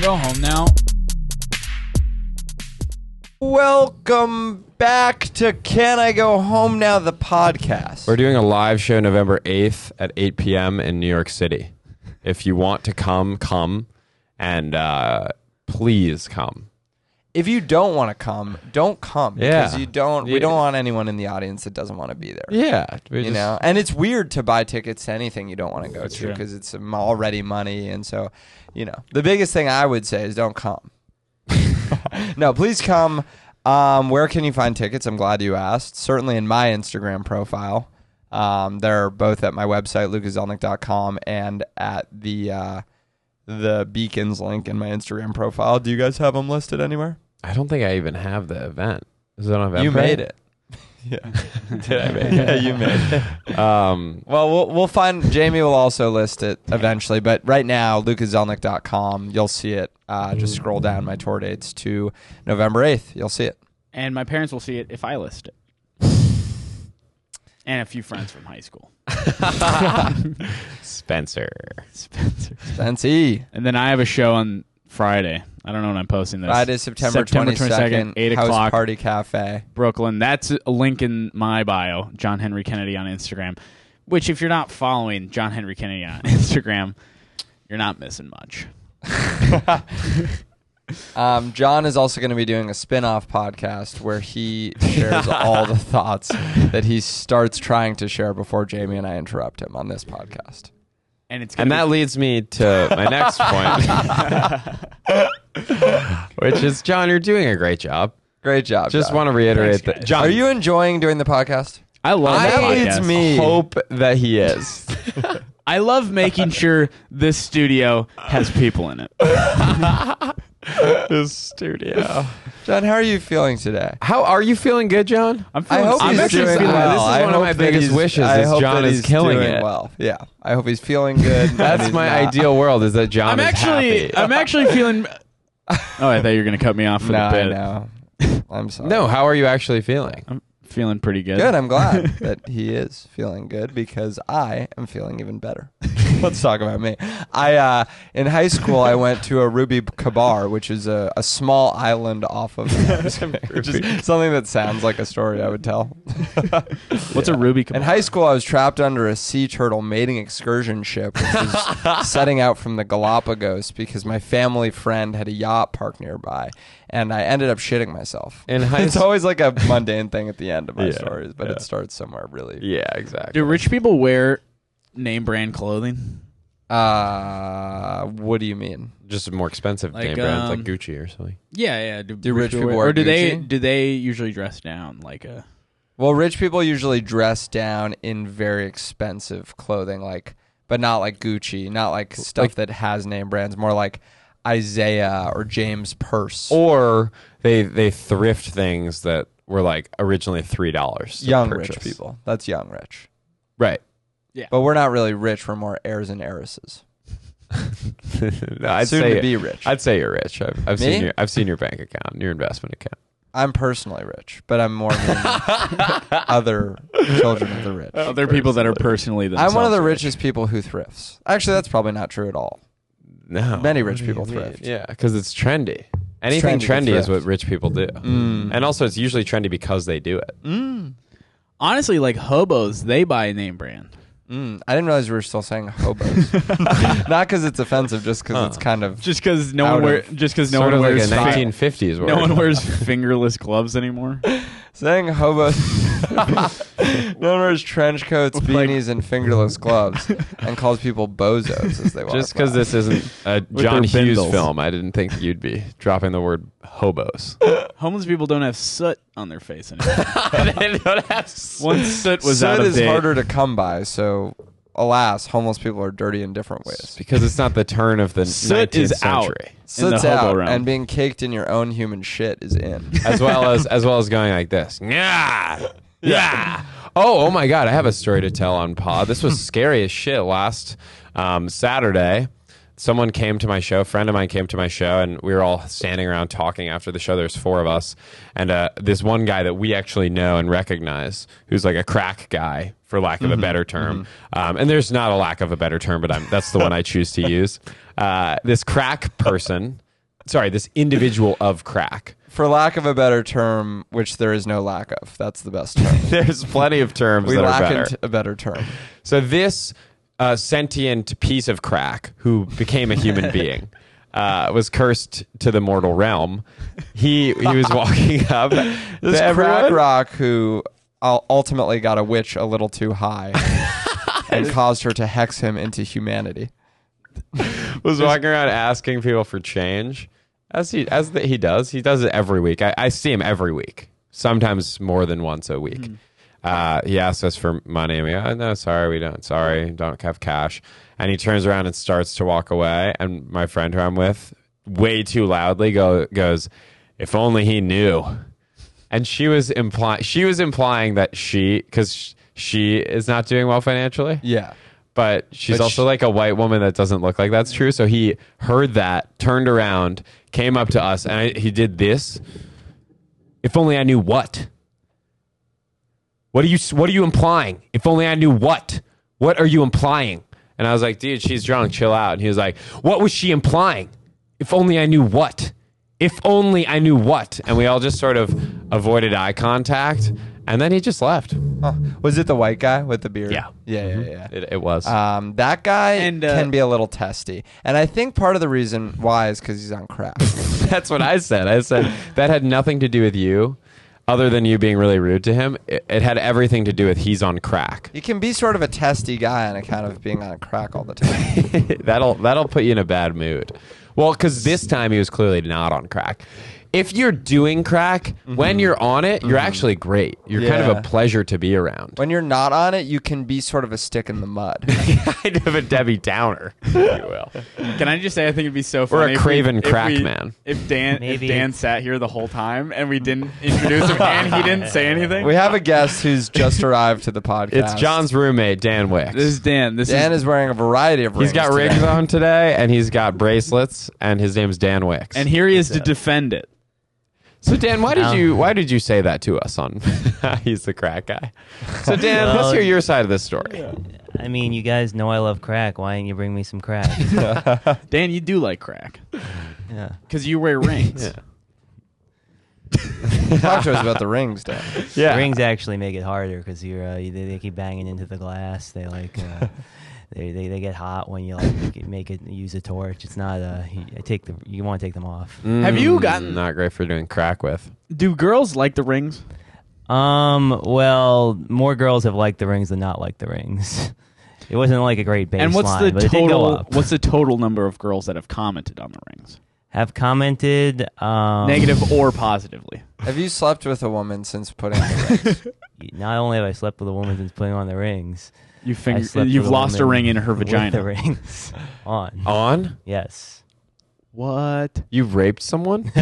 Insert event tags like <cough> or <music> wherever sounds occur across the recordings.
go home now? Welcome back to Can I Go Home Now, the podcast. We're doing a live show November 8th at 8 p.m. in New York City. If you want to come, come. And uh, please come. If you don't want to come, don't come. Yeah. Because you don't, we Yeah. don't want anyone in the audience that doesn't want to be there. Yeah. we You just- know, and it's weird to buy tickets to anything you don't want to go to true. because it's um, already money. And so, you know, the biggest thing I would say is don't come. no, please come. Um, where can you find tickets? I'm glad you asked. Certainly in my Instagram profile. Um, they're both at my website, lucazelnick.com, and at the uh, the beacons link in my Instagram profile. Do you guys have them listed anywhere? I don't think I even have the event. Is it on Eventbrite? You made it. yeah. Did I <laughs> make yeah, you made it. it? Um, Well, we'll we'll find Jamie will also list it eventually, but right now lucazelnick.com, you'll see it. Uh, just scroll down my tour dates to November 8th, you'll see it. And my parents will see it if I list it. And a few friends from high school. Spencer. Spencer. That's E. And then I have a show on Friday. I don't know when I'm posting this. Friday, September, September 22nd, 8 House o'clock. Party Cafe. <laughs> Brooklyn. That's a link in my bio, John Henry Kennedy on Instagram. Which, if you're not following John Henry Kennedy on <laughs> Instagram, you're not missing much. Um, John is also going to be doing a spin-off podcast where he <laughs> shares all the thoughts that he starts trying to share before Jamie and I interrupt him on this podcast. And it's And gonna that be, leads me to my next point, <laughs> which is John, you're doing a great job. Great job. Just John. want to reiterate that. John, Are you enjoying doing the podcast? I love that I podcast. me. hope that he is. I love <laughs> making sure this studio has people in it. this studio. John, how are you feeling today? How are you feeling good, John? I'm I feeling hope I'm he's actually doing feeling well. this is I one of hope my that biggest he's- wishes I is hope John that is he's killing doing it. well. Yeah, I hope he's feeling <laughs> good. That's my idea. ideal world is that John I'm is actually happy. I'm actually <laughs> feeling Oh, I thought you were gonna cut me off for No, the bit. I know. I'm sorry. <laughs> no, how are you actually feeling? I'm feeling pretty good. good. <laughs> I'm <laughs> glad that he is feeling good because I am feeling even better. <laughs> Let's talk about me. I uh, in high school I went to a Ruby Kabar, which is a, a small island off <laughs> of which is something that sounds like a story I would tell. What's a Ruby In high school, I was trapped under a sea turtle mating excursion ship, which <laughs> was setting out from the Galapagos because my family friend had a yacht parked nearby, and I ended up shitting myself. In <laughs> high it's s- always like a mundane thing at the end of my Yeah, stories, but yeah. it starts somewhere really. Yeah, exactly. Do rich people wear name brand clothing? Uh, what do you mean? Just more expensive Like, name brands um, like Gucci or something. Yeah, yeah. Do, rich people wear or do they Gucci? do they usually dress down like a Well, rich people usually dress down in very expensive clothing, like, but not like Gucci, not like stuff that has name brands, more like Isaiah or James Purse. Or they they thrift things that were like originally three dollars. young rich people. That's young rich. right? <laughs> But we're not really rich. We're more heirs and heiresses. No, I'd Soon say to be rich. i I'd say you're rich. I've, I've Me? seen your I've seen your bank account, your investment account. am personally rich, but I'm more <laughs> than other children of the rich. other people that are personally themselves? I'm one of the rich. richest people who thrifts. Actually, that's probably not true at all. No, Many rich What do people you mean? thrift. Yeah, because it's trendy. Anything trendy to trendy, is what thrift. rich people do, Mm. and also it's usually trendy because they do it. Honestly, like hobos, they buy name brand. Mm, I didn't realize we were still saying <laughs> hobos. not because it's offensive, just because it's kind of. Just because no Out one wear, of- just because no sort one of like a wears fi- 1950s. no word. one wears <laughs> fingerless gloves anymore. Saying hobos. no one wears trench coats, Like- beanies, and fingerless gloves, and calls people bozos <laughs> as they walk. Just because by. this isn't <laughs> a their John Hughes bindles. film, I didn't think you'd be dropping the word hobos. <laughs> Homeless people don't have soot on their face anymore. they don't have Once soot was Soot out of is date. harder to come by, so alas, homeless people are dirty in different ways. because it's not the turn of the Soot 19th is out. century. in the Soot's hobo out, realm. and being caked in your own human shit is in. <laughs> As well as as well as going like this. <laughs> Yeah. Yeah. Oh, oh my god, I have a story to tell on pod. This was scary as shit last um, Saturday. Someone came to my show, a friend of mine came to my show, and we were all standing around talking after the show. There's four of us. And uh, this one guy that we actually know and recognize, who's like a crack guy, for lack of a better term. Um, and there's not a lack of a better term, but I'm, that's the one I choose to use. Uh, this crack person sorry, this individual of crack. For lack of a better term, which there is no lack of, that's the <laughs> best term. There's plenty of terms we that are lack better. in t- a better term. So this uh, sentient piece of crack, who became a <laughs> human being, uh, was cursed to the mortal realm. He he was walking <laughs> up. This to crack everyone. rock who ul- ultimately got a witch a little <laughs> too high and caused her to hex him into humanity. was walking around asking people for change, as he as the, he does. He does it every week. I, I see him every week, sometimes more than once a week. Uh, he asks us for money, and we oh, no, sorry, we don't. Sorry, don't have cash. And he turns around and starts to walk away. And my friend who I'm with, way too loudly, go, goes, "If only he knew." And she was implying she was implying that she because she is not doing well financially Yeah. but she's But also sh- like a white woman that doesn't look like that's true. So he heard that, turned around, came up to us, and I, he did this. If only I knew what. What are you? What are you implying? If only I knew what. What are you implying? And I was like, dude, she's drunk. Chill out. And he was like, what was she implying? If only I knew what. If only I knew what. And we all just sort of avoided eye contact, and then he just left. Huh. Was it the white guy with the beard? Yeah. Yeah, Mm-hmm. yeah, yeah. It, it was. Um, that guy And, uh, can be a little testy, and I think part of the reason why is because he's on <laughs> crack. That's what I said. I said that had nothing to do with you, other than you being really rude to him. It, it had everything to do with he's on crack. <laughs> you can be sort of a testy guy on account of being on crack all the time. <laughs> that'll that'll put you in a bad mood. Well, because this time he was clearly not on crack. If you're doing crack, Mm-hmm. when you're on it, you're actually great. You're kind of Yeah. a pleasure to be around. when you're not on it, you can be sort of a stick in the mud. <laughs> kind of a Debbie Downer, <laughs> if you will. Can I just say I think it'd be so a funny if we- craven if crack we- man. If Dan if Maybe. Dan sat here the whole time and we didn't introduce him and he didn't say anything. we have a guest who's just arrived to the podcast. It's John's roommate, Dan Wicks. This is Dan. This Dan is, is wearing a variety of. he's got today. rigs on today, and he's got bracelets, and his name's Dan Wicks. and here he is to defend it. So Dan, why did Um, you why did you say that to us on <laughs> he's the crack guy? So Dan, let's Well, hear your side of this story. I mean, you guys know I love crack. Why didn't you bring me some <laughs> crack? Dan, you do like crack yeah. because you wear <laughs> rings. Talk to us about the rings, Dan. Yeah. Rings actually make it harder because you're uh, you- they, they keep banging into the glass. They like <laughs> uh, they, they they get hot when you like make it, make it use a torch. It's not uh you, I take the you want to take them off. Have you gotten- Mm, not great for doing crack with? Do girls like the rings? Um. Well, more girls have liked the rings than not liked the rings. <laughs> It wasn't like a great baseline, and what's the but it did go total? up. What's the total number of girls that have commented on the rings, have commented um, negative or positively? Have you slept with a woman since putting? on the rings? <laughs> Not only have I slept with a woman since putting on the rings, You I fing- slept you've with a lost a woman ring in her with The vagina. Oh. rings <laughs> on. On? <laughs> Yes. What? You raped <laughs> someone?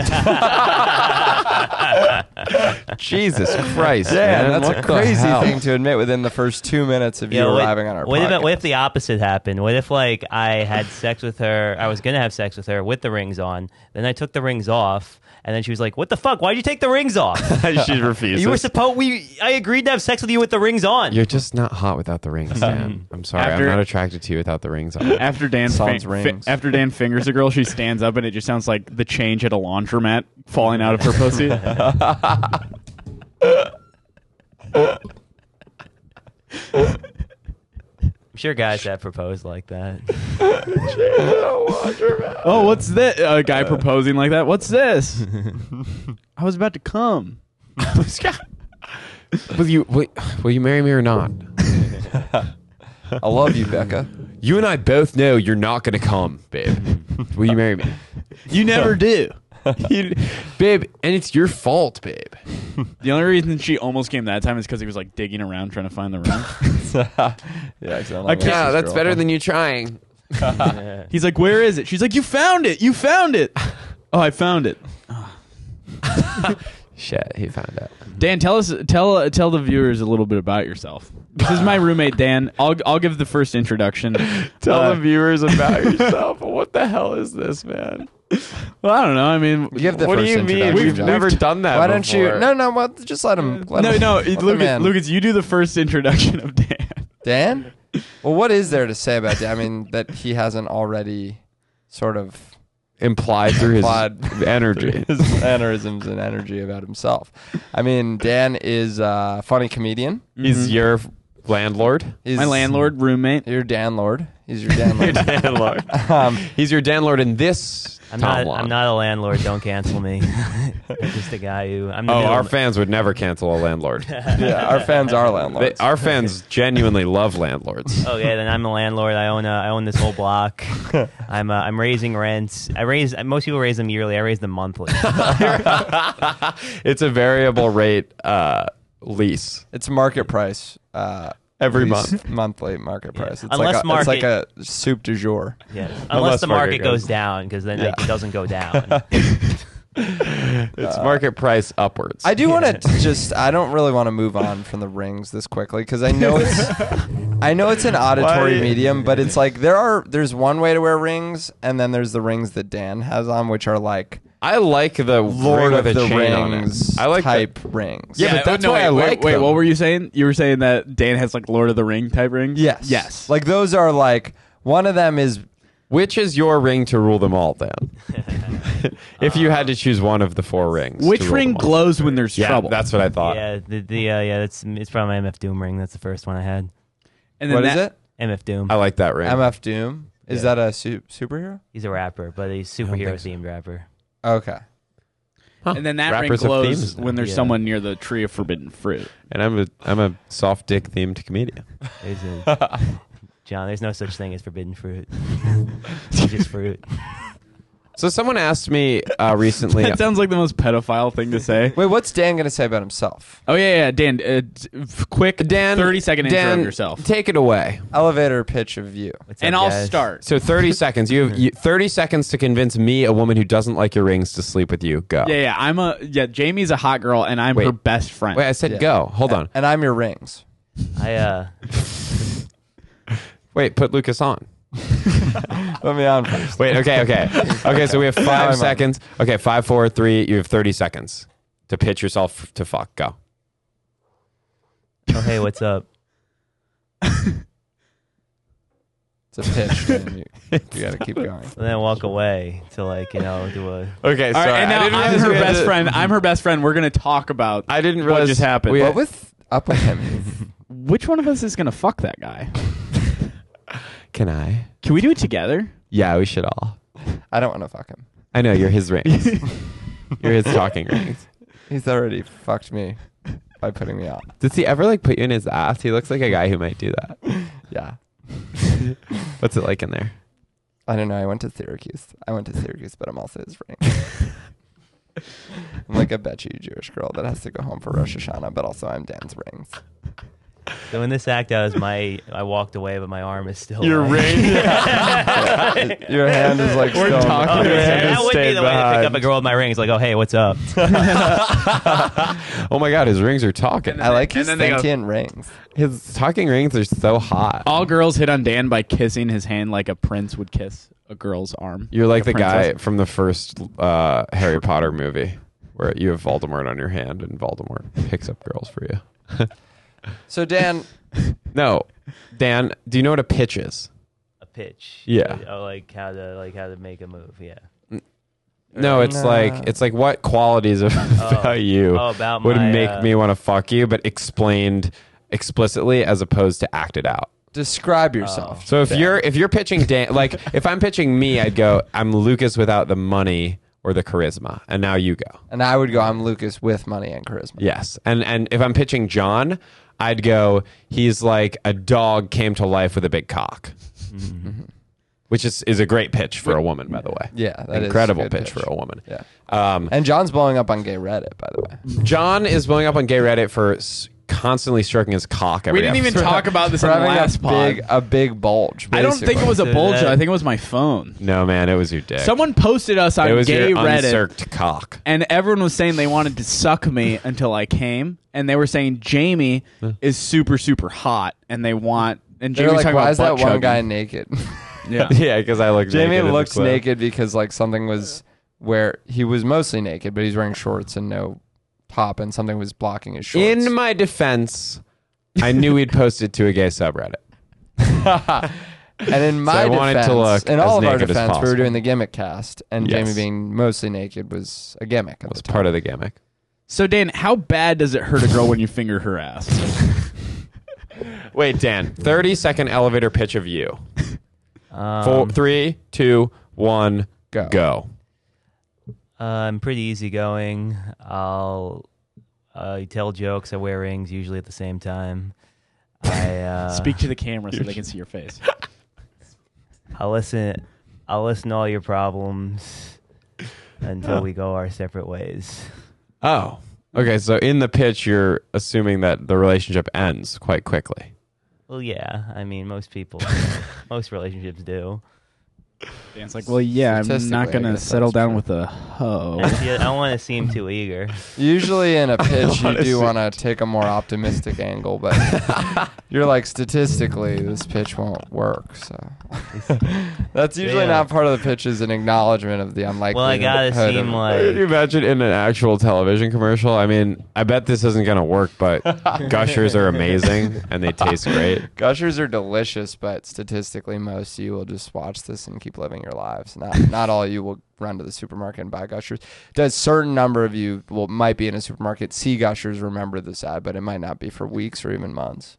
Jesus Christ. Dan, <laughs> man, that's what a the crazy hell? thing to admit within the first two minutes of you what, arriving on our. what podcast. if what if the opposite happened? What if like I had sex with her? I was gonna have sex with her with the rings on. Then I took the rings off, and then she was like, "What the fuck? Why'd you take the rings <laughs> off? <laughs> she refuses. <laughs> you were supposed we. I agreed to have sex with you with the rings <laughs> on." You're just not hot without the rings, Um, Dan. I'm sorry. After- I'm not attracted to you without the rings on. After Dan Sans fi- rings. fi- after Dan fingers a girl, she stands up and it just sounds like the change at a laundromat falling out of her <laughs> pussy. I'm sure guys have proposed like that. <laughs> oh, what's this? A guy proposing like that? What's <laughs> this? I was about to come. <laughs> will you will, will you marry me or not? I love <laughs> you, Becca. <laughs> You and I both know you're not gonna come, babe. Will you marry me? You never <laughs> do. You- babe, and it's your fault, babe. The only reason she almost came that time is because he was like digging around trying to find the ring. yeah, I Yeah, that's better than you <laughs> <laughs> trying. <laughs> He's like, "Where is it?" She's like, "You found it. You found it." <laughs> Oh, I found it. Shit, he found out. Dan, tell us, tell uh, tell the viewers a little bit about yourself. This is my roommate Dan. I'll I'll give the first introduction. <laughs> Tell Uh, the viewers <laughs> about yourself. What the hell is this, man? Well, I don't know. I mean, <laughs> Give the what do first you mean? introduction, We've John. never done that. Why don't you? before. No, no. Well, just let him. Let no, him, no, <laughs> <laughs> let the Lucas, man- Lucas, you do the first introduction of Dan. <laughs> Dan. <laughs> Well, what is there to say about Dan? I mean, that he hasn't already sort of implied through his Implied. energy. <laughs> his mannerisms and <laughs> energy about himself. I mean, Dan is a funny comedian. He's your landlord. He's My landlord, roommate. Your Dan Lord. He's <laughs> your <laughs> Dan Lord. landlord. um, <laughs> He's your landlord in this I'm Tom not. Lon. I'm not a landlord. Don't cancel me. I'm just a guy who. I'm the Oh, our middleman. fans would never cancel a <laughs> landlord. yeah, our fans are They, landlords. our fans genuinely love <laughs> landlords. Okay, Oh, then I'm a landlord. I own uh, I own this whole block. I'm uh, I'm raising rents. I raise most people raise them yearly. I raise them monthly. <laughs> <laughs> it's a variable rate uh, lease. it's market price. Uh, Every lease- <laughs> month. monthly market price. It's Unless like a, it's like a soup du jour. Yeah. Unless, Unless the market market goes- goes down, because then it doesn't go down. <laughs> It's market price <laughs> upwards. I do want to just. I don't really want to move on from the rings this quickly because I know <laughs> it's. I know it's an auditory Why- medium, but it's like there are. There's one way to wear rings, and then there's the rings that Dan has on, which are like I like the Lord ring of with a the chain on it. Rings I like the- type rings. Yeah, but that's no, why wait, I wait, like Wait, them. what were you saying? You were saying that Dan has like Lord of the Ring type rings. Yes. Yes. Like those are like one of them is which is your ring to rule them all, Dan? if you Uh, had to choose one of the four rings, to which rule ring them all. glows when there's Yeah, trouble? that's what I thought. yeah, the, the uh, yeah, that's it's from MF Doom ring. That's the first one I had. and what is it? MF Doom. I like that ring. MF Doom. Is that a su- superhero? he's a rapper, but he's superhero themed rapper. Okay. Huh. And then that Rappers ring have glows themes now. when there's Yeah. someone near the tree of forbidden <laughs> fruit. and I'm a I'm a soft dick themed comedian. There's a, John, there's no such thing as forbidden fruit. it's just fruit. So someone asked me uh, <laughs> recently. That sounds like the most pedophile thing to <laughs> say. Wait, what's Dan gonna say about himself? Oh yeah, yeah, Dan. Uh, t- f- quick, Dan, thirty second intro Dan, of yourself, Take it away. Elevator pitch of you. What's and up, I'll guys? start. So 30 seconds. You have you, 30 seconds to convince me, a woman who doesn't like your rings, to sleep with you. Go. Yeah, yeah. I'm a yeah. Jamie's a hot girl, and I'm Wait. her best friend. Wait, I said Yeah. go. Hold on. And I'm your rings. I uh, Wait, put Lucas on. Let me on first. Wait, okay, <laughs> okay. Okay, so we have I'm five on. seconds. Okay, five, four, three. You have 30 seconds to pitch yourself to fuck. Go. oh hey, what's up? It's a pitch. man. You, you gotta keep going. And then walk away to like you know do a. Okay, All right, and now I didn't I'm realize her we had best to- <laughs> friend. I'm her best friend. We're gonna talk about I didn't what realize just happened. we- What with up with him? which one of us is gonna fuck that <laughs> guy. Can I? Can we do it together? Yeah, we should all. I don't want to fuck him. I know, you're <laughs> his rings. you're his talking rings. He's already fucked me by putting me on. Does he ever like put you in his ass? He looks like a guy who might do that. Yeah. <laughs> What's it like in there? I don't know. I went to Syracuse. I went to Syracuse, but I'm also his ring. I'm like a bet you Jewish girl that has to go home for Rosh Hashanah, but also I'm Dan's rings. So in this act, I was my I walked away, but my arm is still. Your like- ring? <laughs> Your hand is like We're still talking Oh, Your yeah, hand that is would be stayed the way to pick up behind. a girl with my ring. It's like, oh hey, what's up? <laughs> Oh my god, his rings are talking. I like And his then they go- sentient rings. His talking rings are so hot. All girls hit on Dan by kissing his hand like a prince would kiss a girl's arm. You're like the a guy princess. from the first uh, Harry Potter movie where you have Voldemort on your hand and Voldemort picks up girls for you. <laughs> So Dan, No, Dan, do you know what a pitch is? a pitch. Yeah. Oh, like how to like how to make a move. Yeah. No, it's No. like it's like what qualities of about you Oh, about would my, make uh, me want to fuck you, but explained explicitly as opposed to acted out. describe Oh. yourself. So if you're if you're pitching Dan, like if I'm pitching me, I'd go, I'm Lucas without the money or the charisma, and now you go. And I would go, I'm Lucas with money and charisma. Yes. And and if I'm pitching John, I'd go he's like a dog came to life with a big cock. Which is is a great pitch for a woman, by the way. Mm-hmm. Yeah, that is a Incredible good pitch, pitch. for a woman. Yeah. Um, And John's blowing up on gay Reddit, by the way. John is blowing up on gay Reddit for s- constantly stroking his cock every We didn't even episode. talk about this For on the having last a pod. big a big bulge. I don't think basically. it was a So bulge. that- I think it was my phone. No man, it was your dick. Someone posted us on it was gay your Reddit. uncirced cock. and everyone was saying they wanted to suck me until I came, and they were saying Jamie is super super hot, and they want and They Jamie were was like, talking why about is that butt one guy chugging. <laughs> naked? Yeah. <laughs> Yeah, because I looked. Jamie naked in the looks clip. naked because like something was where he was mostly naked, but he's wearing shorts and no top, and something was blocking his shorts. In my defense, I knew he'd posted to a gay subreddit. And in my I wanted to defense, look in as all of our naked as defense, we were possible. doing the gimmick cast, and Yes. Jamie being mostly naked was a gimmick at That's the time. part of the gimmick. So Dan, how bad does it hurt a girl when you finger her ass? Wait, Dan, 30 second elevator pitch of you. Um, Four, three, two, one, Go. go. Uh, I'm pretty easygoing. I'll uh, tell jokes. I wear rings usually at the same time. <laughs> I uh, Speak to the camera so they can see your <laughs> face. I'll listen. I'll listen to all your problems until we go our separate ways. Oh. Okay, so in the pitch, you're assuming that the relationship ends quite quickly. Well, yeah. I mean, <laughs> most people, most relationships do. Dan's like, well, yeah, I'm Statistically, I not gonna guess settle that's down true. with a hoe. Oh. I don't want to seem <laughs> too eager. Usually <laughs> in a pitch, you wanna see do want to take a more optimistic angle, <laughs> but you're like statistically, this pitch won't work. So <laughs> that's usually Yeah. not part of the pitch. Is an acknowledgement of the unlikely. Well, I gotta hood seem of- Can you like imagine in an actual television commercial? I mean, I bet this isn't going to work, but gushers are amazing and they taste great. Gushers are delicious, but statistically, most you will just watch this and keep living your lives. Not not all you will run to the supermarket and buy gushers. A certain number of you will might be in a supermarket, see gushers, remember this ad, but it might not be for weeks or even months.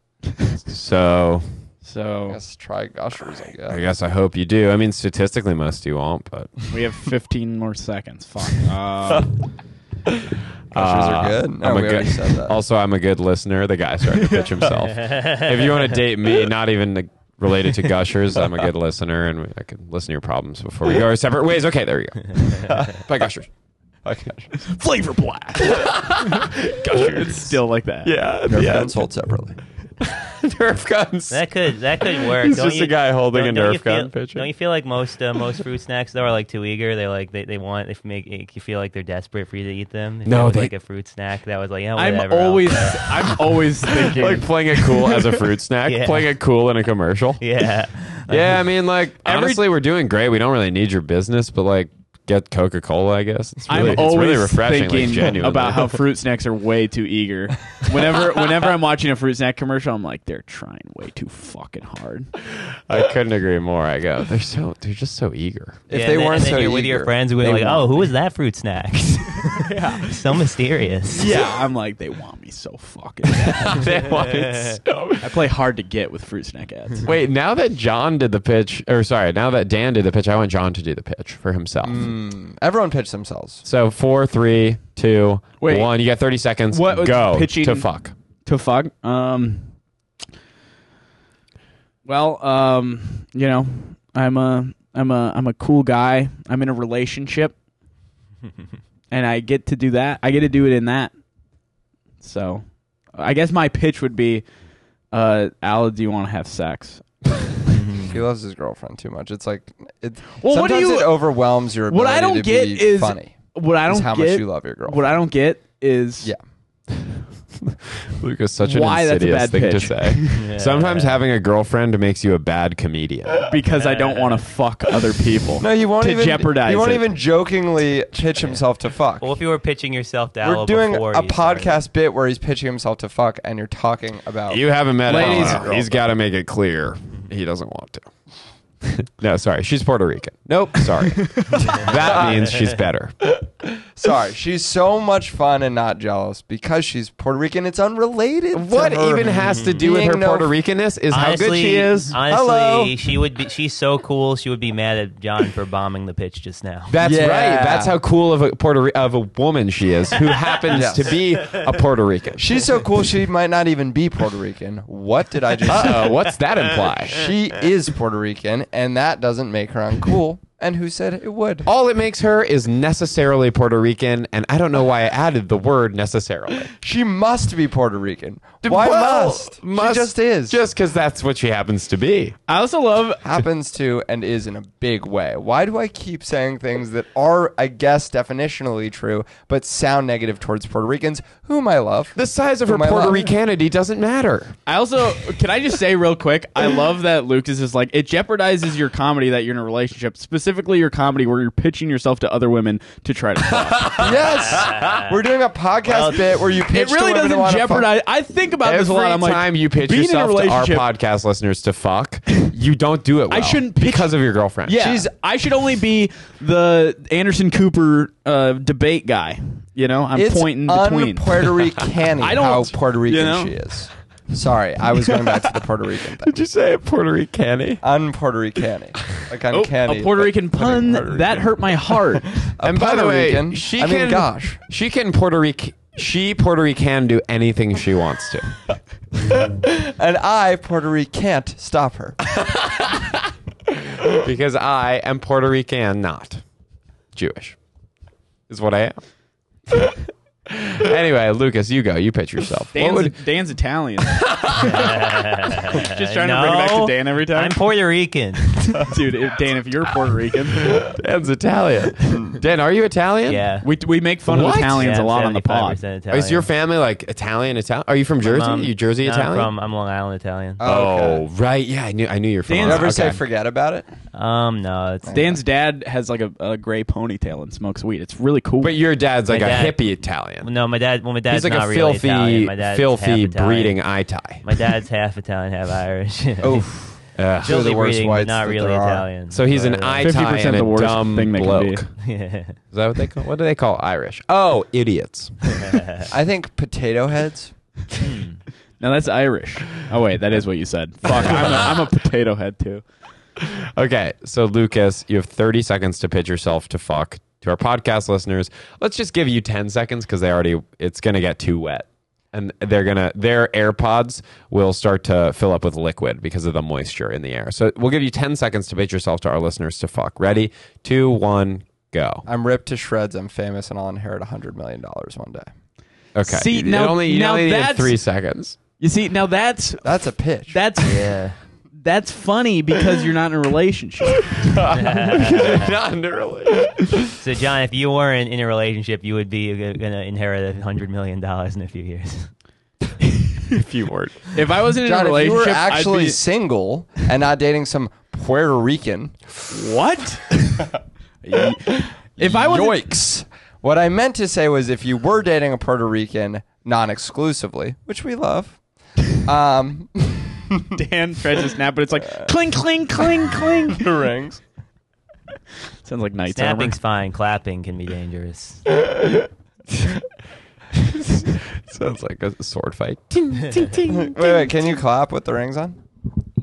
So I So guess try gushers. I guess. I guess I hope you do. I mean, statistically, most you won't, but we have 15 more seconds. <laughs> Fuck. Um, Gushers are Uh, good. No, I'm a we already good- said that. Also, I'm a good listener. The guy started to pitch himself. if you want to <laughs> date me, not even like, related to gushers, I'm a good listener, and I can listen to your problems before we go our separate ways. Okay, there you <laughs> go. Bye, gushers. flavor <laughs> blast. Gushers. It's still like that. Yeah, Their phones hold separately. <laughs> Nerf guns. that could that could work. He's Don't just you- a guy holding don't- a don't you Nerf gun feel- picture. Don't you feel like most uh, most fruit snacks though are like too eager? They like they, they want they make make you feel like they're desperate for you to eat them. If No, it was they- like a fruit snack that was like yeah I'm whatever. I'll- <laughs> <laughs> always, I'm always thinking. like playing it cool as a fruit snack, Yeah. playing it cool in a commercial. <laughs> yeah Yeah, I mean, like Every- honestly, we're doing great. We don't really need your business, but like, get Coca Cola. I guess it's really, I'm it's always really refreshing. like, thinking genuinely. about <laughs> how fruit snacks are way too eager. Whenever, whenever I'm watching a fruit snack commercial, I'm like, they're trying way too fucking hard. I couldn't agree more. I go, they're so they're just so <laughs> eager. If Yeah, they and then- weren't and then so you're with your eager, friends, we're they like, won't oh, who was that fruit snack? <laughs> so mysterious. Yeah, I'm like, they want me so fucking. Bad. They <laughs> want it so- I play hard to get with fruit snack ads. Wait, now that John did the pitch, or sorry, now that Dan did the pitch, I want John to do the pitch for himself. Mm, everyone pitched themselves. So four, three, two, one. Wait. You got thirty seconds. What was go pitching- to fuck? to fuck. Um, well, um, you know, I'm a I'm a I'm a cool guy. I'm in a <laughs> relationship, and I get to do that. I get to do it in that. So, I guess my pitch would be, uh, Al, do you want to have sex? He loves his girlfriend too much. It's like it. Well, what do sometimes you- it overwhelms your. What I ability don't to get be is- funny. uh, What I is don't how get. much you love your girlfriend. what I don't get is Yeah. Luke is such an Why that's a insidious bad thing to pitch. <laughs> say. Sometimes having a girlfriend makes you a bad comedian. because I don't want to fuck other <laughs> people. No, he won't to even jeopardize He won't it. even jokingly pitch himself to fuck. Well, if you were pitching yourself to We're Allo doing before a you started- podcast bit where he's pitching himself to fuck, and you're talking about. You haven't met Ladies- him. uh, He's got to make it clear he doesn't want to. <laughs> no, sorry, she's Puerto Rican. <laughs> Nope, sorry. that means she's better. <laughs> Sorry, she's so much fun and not jealous because she's Puerto Rican. It's unrelated. to What her even has to do with being her no- Puerto Ricanness is Honestly, how good she is. Honestly, Hello. she would be. She's so cool. She would be mad at John for bombing the pitch just now. That's Yeah. right. That's how cool of a Puerto Ri- of a woman she <laughs> is, who happens Yes. to be a Puerto Rican. She's so cool. She might not even be Puerto Rican. What did I just? say? Uh-oh, uh, what's that imply? She is Puerto Rican, and that doesn't make her uncool. And who said it would? All it makes her is necessarily Puerto Rican, and I don't know why I added the word necessarily. She must be Puerto Rican. Why Well, must? She just is. Just because that's what she happens to be. I also love happens to and is in a big way. Why do I keep saying things that are, I guess, definitionally true, but sound negative towards Puerto Ricans, whom I love? The size of her Am I Puerto allowed? Ricanity doesn't matter. I also can I just say real quick, I love that Luke is just like it jeopardizes your comedy that you're in a relationship, specifically your comedy where you're pitching yourself to other women to try <laughs> to fuck. yes, we're doing a podcast Well, bit where you pitch it to really women who doesn't wanna fuck- jeopardize. I think about this a Every lot. I'm like, time you pitch being in a yourself to our relationship- <laughs> podcast listeners to fuck, you don't do it. I well shouldn't pitch- because of your girlfriend. Yeah, She's- I should only be the Anderson Cooper uh, debate guy. You know, I'm it's pointing between. Puerto Rican I how don't- Puerto you Rican know? she is. Sorry, I was going back to the Puerto Rican <laughs> thing. Did you say Puerto Rican? Un Puerto Rican. Like <laughs> Oh, uncanny. a Puerto but- Rican but a pun Puerto Rican. that hurt my <laughs> heart. A and by Puerto the way, Rican, she I can. mean, gosh. she can Puerto Rican. She Puerto Rican do anything she wants to. <laughs> And I, Puerto Rican, can't stop <laughs> her. because I am Puerto Rican, not Jewish, is what <laughs> I am. anyway, Lucas, you go. You pitch yourself. What Dan's, would- Dan's <laughs> Italian. Just trying to bring it back Uh, No, to Dan every time, I'm Puerto Rican. dude. If, Dan, if you're Puerto Rican, Dan's Italian. Dan, are you Italian? yeah. we we make fun What? of Italians Yeah, a lot on the pod. 75% Italian. Is your family like Italian? Italian? Are you from Jersey? Mom- you Jersey no, Italian? I'm from I'm Long Island Italian. oh, Okay. right. Yeah, I knew. I knew you're from. Dan- You Long ever Island. say Okay. forget <laughs> about it? um, no, it's Dan's dad has like a, a gray ponytail and smokes weed. It's really cool. But your dad's like My a dad- hippie Italian. no. My dad. Well, my He's dad's like not a really filthy, Italian. My dad's half filthy Italian. breeding eye tie. My dad's half Italian, half <laughs> Irish. <laughs> Oh, Ugh. Two of the Filthy worst breeding, whites but not that really there are. Italian. So he's an But, uh, eye tie 50% and a the worst dumb thing they can be. bloke. Is that what they call? What do they call Irish? Oh, idiots. I think potato heads. now that's Irish. Oh wait, that is what you <laughs> said. Fuck, I'm a, I'm a potato head too. Okay, so Lucas, you have 30 seconds to pitch yourself to fuck to our podcast listeners. Let's just give you 10 seconds because they already it's gonna get too wet, and they're gonna their AirPods will start to fill up with liquid because of the moisture in the air. So we'll give you 10 seconds to pitch yourself to our listeners to fuck. Ready? Two, one, go. I'm ripped to shreds. I'm famous, and I'll inherit $100 million one day. Okay. See, It now- only, you now only needed that's- three seconds. <laughs> You see, now that's That's a pitch. that's yeah. that's funny because you're not in a relationship. Not really. <laughs> <laughs> So John, if you weren't in a relationship, you would be g- gonna inherit a hundred million dollars in a few years. <laughs> If you weren't. If I wasn't in John, a if you relationship, were actually I'd be, single and not dating some Puerto Rican, <laughs> What? if I was yoinks. What I meant to say was if you were dating a Puerto Rican non exclusively, which we love, um, <laughs> <laughs> Dan tries to snap, but it's like cling, cling, cling, cling. <laughs> rings. Sounds like knights armor. <laughs> Snapping's fine. Clapping can be dangerous. Sounds like a sword fight. <laughs> Wait, wait, can you clap with the rings on?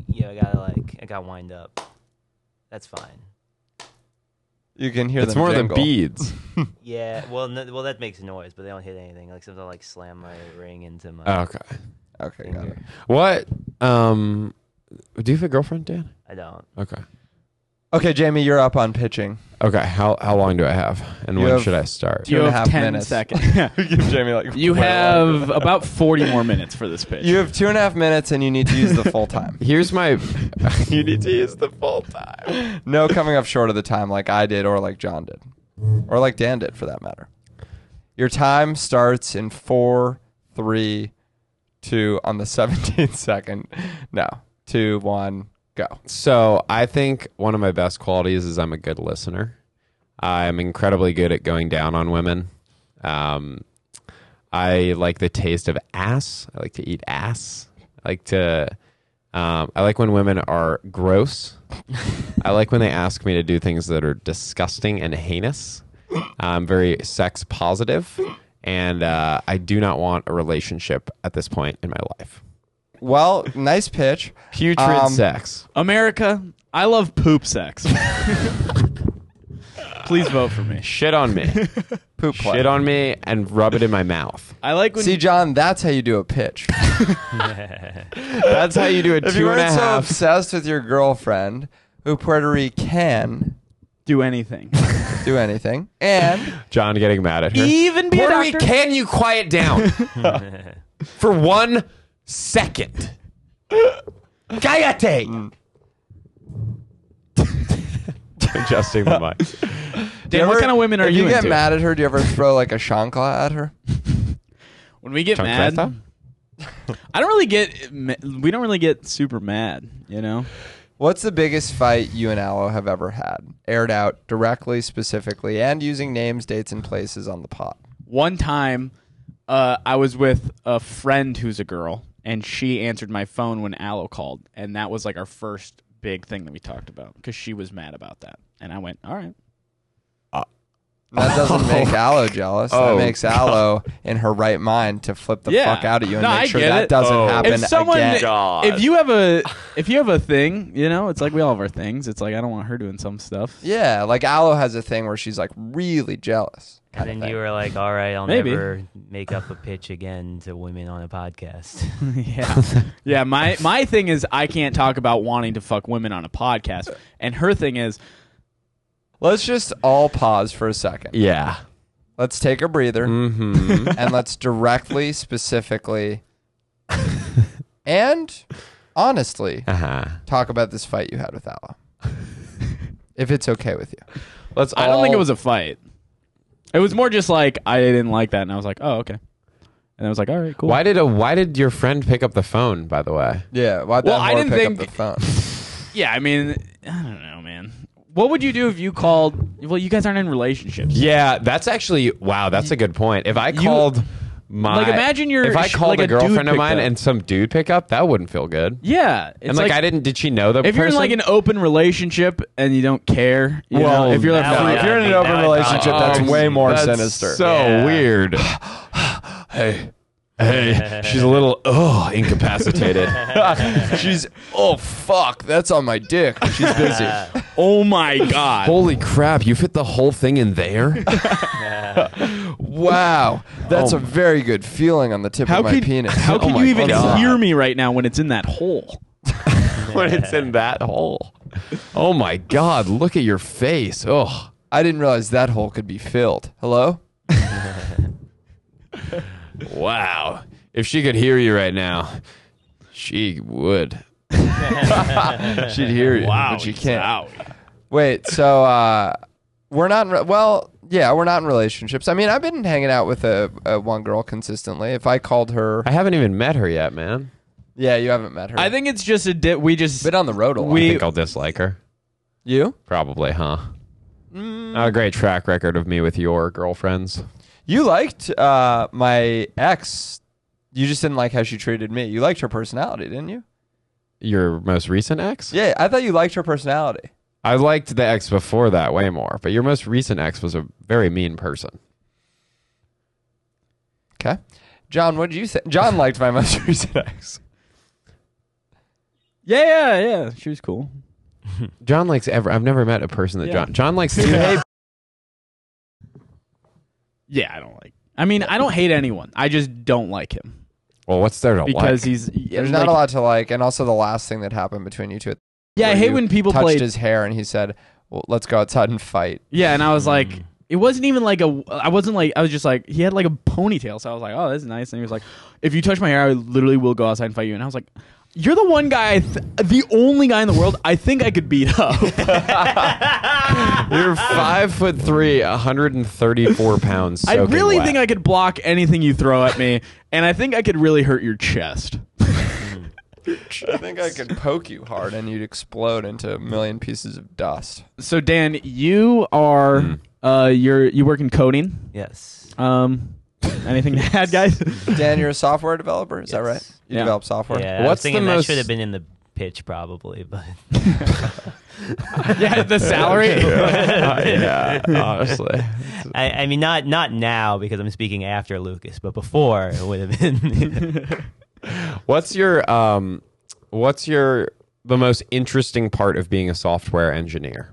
Yeah, I gotta like, I gotta wind up. That's fine. You can hear It's them more jingle. <laughs> than beads. Yeah, well, no, well, that makes noise, but they don't hit anything. Like something like slam my ring into my Oh, Okay. Okay, got it. finger. What? Um, do you have a girlfriend, Dan? I don't. Okay. Okay, Jamie, you're up on pitching. Okay. How how long do I have, and You when have- should I start? two you and a have half ten minutes. seconds. <laughs> Give Jamie like you <laughs> have about forty more minutes for this pitch. you have two and a half minutes, and you need to use the <laughs> full time. Here's my. <laughs> you need to use the full time. No coming up short of the time like I did or like John did. Or like Dan did for that matter. Your time starts in four, three, two on the <laughs> seventeenth second. No. Two, one, go. So I think one of my best qualities is I'm a good listener. I'm incredibly good at going down on women. Um, I like the taste of ass. I like to eat ass. I like to. Um, I like when women are gross. I like when they ask me to do things that are disgusting and heinous. I'm very sex positive, and uh, I do not want a relationship at this point in my life. Well, nice pitch. Putrid Um, sex. America, I love poop sex. Please vote for me. Shit on me. Poop play. Shit on me and rub it in my mouth. I like when See, John, that's how you do a pitch. That's how you do a if you two and a weren't so half. obsessed with your girlfriend, who Puerto Rican do anything. do anything, and John getting mad at her. Even be a Puerto doctor? Rican, can you quiet down for one second? Cállate. <laughs> Adjusting the mic. Dan, You what ever- kind of women are if you, you get into? mad at her? Do you ever throw like a chancla at her? When we get mad, Chancleta? <laughs> I don't really get. ma- We don't really get super mad, you know. What's the biggest fight you and Aloe have ever had? Aired out directly, specifically, and using names, dates, and places on the pot. one time uh, I was with a friend who's a girl, and she answered my phone when Aloe called, and that was like our first big thing that we talked about because she was mad about that, and I went, "All right, <laughs> That Oh. doesn't make Aloe jealous. that Oh, makes Aloe in her right mind to flip the Yeah. fuck out at you and No, make I sure get that it. doesn't Oh. happen Been if someone, again. God. if you have a, if you have a thing, you know, it's like we all have our things. It's like I don't want her doing some stuff. yeah, like Aloe has a thing where she's like really jealous. And then you were like, "All right, I'll Maybe. never make up a pitch again to women on a podcast." <laughs> yeah, yeah. My my thing is I can't talk about wanting to fuck women on a podcast, and her thing is Let's just all pause for a second. Yeah. Let's take a breather Mm. <laughs> <laughs> Mm-hmm. and let's directly, specifically, and honestly uh-huh. talk about this fight you had with <laughs> Aloe. if it's okay with you. Let's. I don't think it all- was a fight. It was more just like I didn't like that, and I was like, "Oh, okay," and I was like, "All right, cool." Why did a Why did your friend pick up the phone? By the way. Yeah, why Well, I didn't pick think- up the phone? <laughs> Yeah, I mean, I don't know, man. What would you do if you called? Well, you guys aren't in relationships. Yeah, that's actually wow. That's a good point. If I You- called my Like, imagine you're- if I sh- called like a a dude girlfriend of picked mine up. and some dude pick up, that wouldn't feel good. Yeah, it's and like, I didn't. Did she know the? If you're in person? like an open relationship and you don't care, you Well, know, if you're like, now "Fuck I it." got it. think that would probably- that's Oh, So <sighs> Yeah. weird. <sighs> hey. Hey, <laughs> she's a little oh incapacitated. <laughs> She's oh fuck, that's on my dick. She's busy. <laughs> oh <laughs> my god, Holy crap! You fit the whole thing <laughs> in there. <laughs> wow, that's Oh. a very good feeling on the tip how of my could penis. how Oh could my you even God. hear me right now when it's in that hole? Oh, when <laughs> it's in that hole. Oh my God! Look at your face. Oh, I didn't realize that hole could be filled. Hello? Wow. If she could hear you right now, she would. <laughs> She'd hear you, Wow, but she can't. Zowie. Wait, so uh, we're not. In re- well, yeah, we're not in relationships. I mean, I've been hanging out with a, a one girl consistently. If I called her, I haven't even met her yet, man. yeah, you haven't met her. I think it's just a di- we just been on the road a lot. I We- think I'll dislike her. you? Probably, huh? Mm. Not a great track record of me with your girlfriends. You liked uh, my ex. You just didn't like how she treated me. You liked her personality, didn't you? Your most recent ex? Yeah, I thought you liked her personality. I liked the ex before that way more, but your most recent ex was a very mean person. Okay. John, what did you think? John liked my <laughs> most recent ex. yeah yeah yeah. She was cool. John likes ever. I've never met a person that Yeah. John. John likes. to Yeah, I don't like. I mean, I don't hate anyone. I just don't like him <laughs> well, what's there to because like? he's There's not a lot to like, and also the last thing that happened between you two. Yeah, I where hate you when people touched play. his hair, and he said, well, "Let's go outside and fight." Yeah, and I was like, Mm. it wasn't even like a. I wasn't like. I was just like, he had like a ponytail, so I was like, oh, this is nice. And he was like, if you touch my hair, I literally will go outside and fight you. And I was like, you're the one guy, I th- the only guy in the world I think I could beat <laughs> up. <laughs> You're five foot three, 134 pounds. I soaking really wet. think I could block anything you throw at me, and I think I could really hurt your chest. Mm. I think I could poke you hard, and you'd explode into a million pieces of dust. So Dan, you are uh, you're you work in coding. yes. Um, anything to add, guys? Dan, you're a software developer, is that Yes. right? You Yeah. develop software. Yeah, I was What's the thinking that most- should have been in the pitch probably, but <laughs> yeah, the <laughs> salary. yeah, honestly. I, I mean not not now because I'm speaking after Lucas, but before it would have been. <laughs> What's your um what's your the most interesting part of being a software engineer?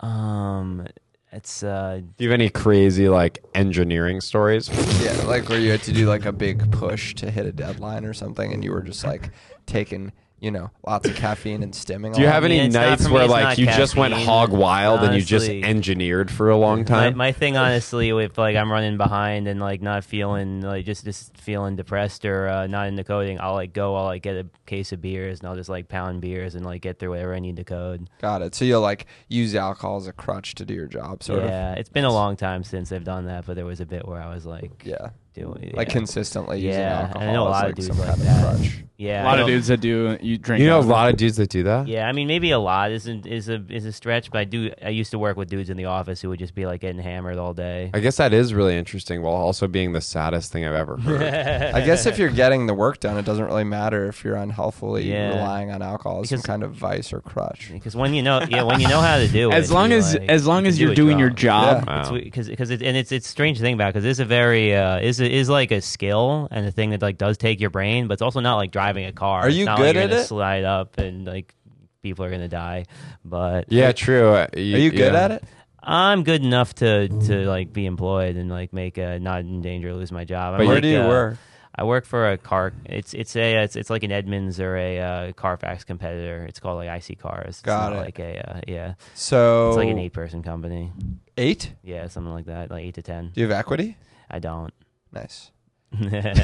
um, it's uh, Do you have any crazy like engineering stories? Yeah, like where you had to do like a big push to hit a deadline or something, and you were just like taking, you know, lots of caffeine and stimming. Do you all have I any mean, Um, it's not nights for me, where it's like not you just went caffeine, hog wild and you just honestly. engineered for a long my, time? my thing honestly with like I'm running behind and like not feeling like just just feeling depressed or uh, not into coding. I'll like go, I'll like get a case of beers and I'll just like pound beers and like get through whatever I need to code. Got it. So you'll like use alcohol as a crutch to do your job, sort of. yeah, it's been a long time since I've done that, but there was a bit where I was like, Yeah. doing Like yeah. consistently using Yeah, alcohol I know a as lot of like dudes some like kind that. <laughs> of crutch. A Yeah, I lot of don't- dudes that do you drink. You know a out of it. lot of dudes that do that. Yeah, I mean maybe a lot isn't is a is a stretch, but I do. I used to work with dudes in the office who would just be like getting hammered all day. I guess that is really interesting, while also being the saddest thing I've ever <laughs> heard. I guess if you're getting the work done, it doesn't really matter if you're unhealthily Yeah. relying on alcohol as some Because- kind of vice or crutch. Because when you know, yeah, when you know how to do <laughs> it, As long you, as like, as long you as can do you're it doing your drunk. job, Yeah. Oh. Wow. It's because it, and it's it's a strange thing about because it's a very uh, is a- is like a skill and a thing that like does take your brain, but it's also not like driving a car. Are you it's not good like you're at gonna it? Slide up and like people are gonna die, but yeah, true. Uh, Are Are you good at it? I'm good enough to to like be employed and like make a not in danger or lose my job. I'm But Where like, do you uh, work? I work for a car. It's it's a it's, it's like an Edmunds or a uh, Carfax competitor. It's called like IC Cars. It's Got not it. Like a uh, yeah, So it's like an eight person company. eight? Yeah, something like that, like eight to ten. Do you have equity? I don't. <laughs> Nice.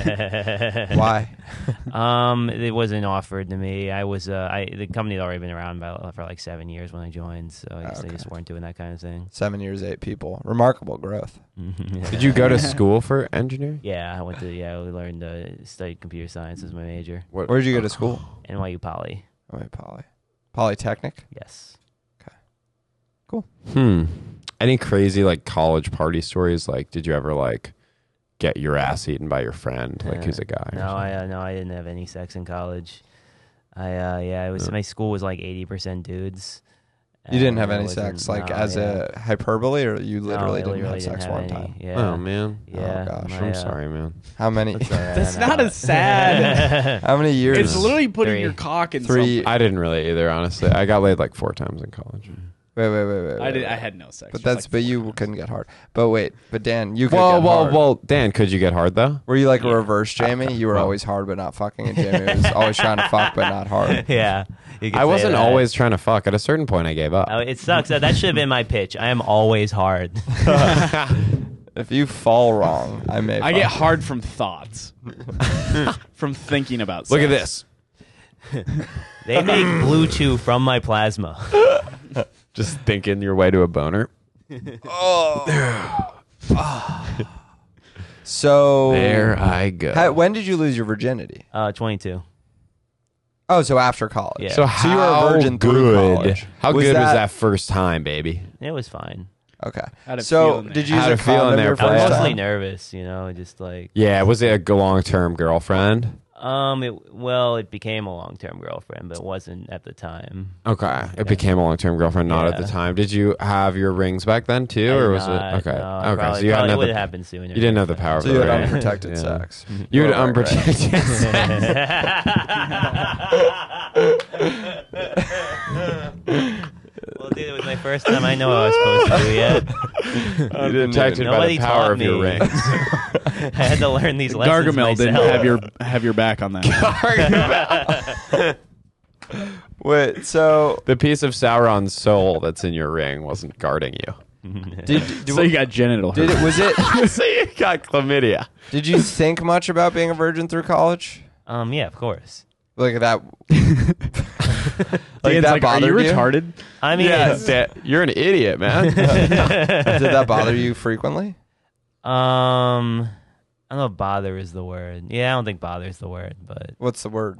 Why? Why? Um, it wasn't offered to me. I was uh, I the company had already been around by, for like seven years when I joined, so I guess Okay. they just weren't doing that kind of thing. Seven years, eight people. Remarkable growth. Did <laughs> you go to school for engineering? <laughs> Yeah, I went to yeah, I learned uh, studied computer science as my major. What- Where did you go to school? NYU Poly. Oh, wait, Poly. Polytechnic. Yes. Hmm. Any crazy like college party stories? Like, did you ever like get your ass eaten by your friend, like Uh, who's a guy? or No, I uh, no, I didn't have any sex in college. I uh, yeah, it was Yeah. my school was like eighty percent dudes. You didn't have and I any wasn't- sex, like no, as yeah. a hyperbole, or you No, literally I didn't have literally sex one any. time. <laughs> Yeah. Oh man. yeah. gosh, my, I'm uh, sorry, man. <laughs> How many? That's, all right, That's I know. not as sad. <laughs> How many years? it's literally putting Three. your cock in Three- something. I didn't really either, honestly. I got laid like four times in college. Wait, wait, wait, wait. I did. wait. I had no sex. But just that's like but four you <laughs> times. couldn't get hard. But wait, but Dan, you could Well, get well, hard. well, Dan, could you get hard though? Were you like a reverse Jamie? You were Well. always hard but not fucking, and Jamie was always trying to fuck but not <laughs> hard. <laughs> yeah. you could I say wasn't that. always trying to fuck. At a certain point, I gave up. <laughs> Oh, it sucks. That, that should have been my pitch. I am always hard. If you fall wrong, I may. I get fuck. hard from thoughts, from thinking about. Look at sex. this. they make blue chew from my plasma. Just thinking your way to a boner. So There I go. Ha- when did you lose your virginity? Uh, 22. Oh, so after college. Yeah. so So you were a how virgin through good? college. How Was good was that- that first time, baby? It was fine. Okay. How'd it feel so in there? did you use How'd a it feel in condom there, your I first was First mostly time? nervous, you know, just like Yeah, was it a long-term girlfriend? um it well, it became a long-term girlfriend, but it wasn't at the time. Okay, it became a long-term girlfriend, not at Yeah. the time. Did you have your rings back then too, or I was not- it okay? no, I okay, probably, so you had probably would nothing. have happened sooner. You didn't have the power. So you had Right. unprotected Yeah. sex. You had Right, right, right. unprotected. <laughs> <laughs> well, dude, it was my first time. I know what I was supposed to do yet. <laughs> Uh, you didn't protected by the Nobody power taught of your me. rings. <laughs> I had to learn these lessons Gargamel myself. didn't have your have your back on that. <laughs> Wait. So <laughs> the piece of Sauron's soul that's in your ring wasn't guarding <laughs> you. did <laughs> do- so you got genital. did it? Was it? so you got chlamydia. Did you think much about being a virgin through college? <laughs> Um, yeah, of course. Look at that. Dan's that like, are you bothered you? retarded? I mean, Yeah, Dan, you're an idiot, <laughs> <laughs> man. Did that bother you frequently? um, I don't know. if Bother is the word. Yeah, I don't think bother is the word, but What's the word?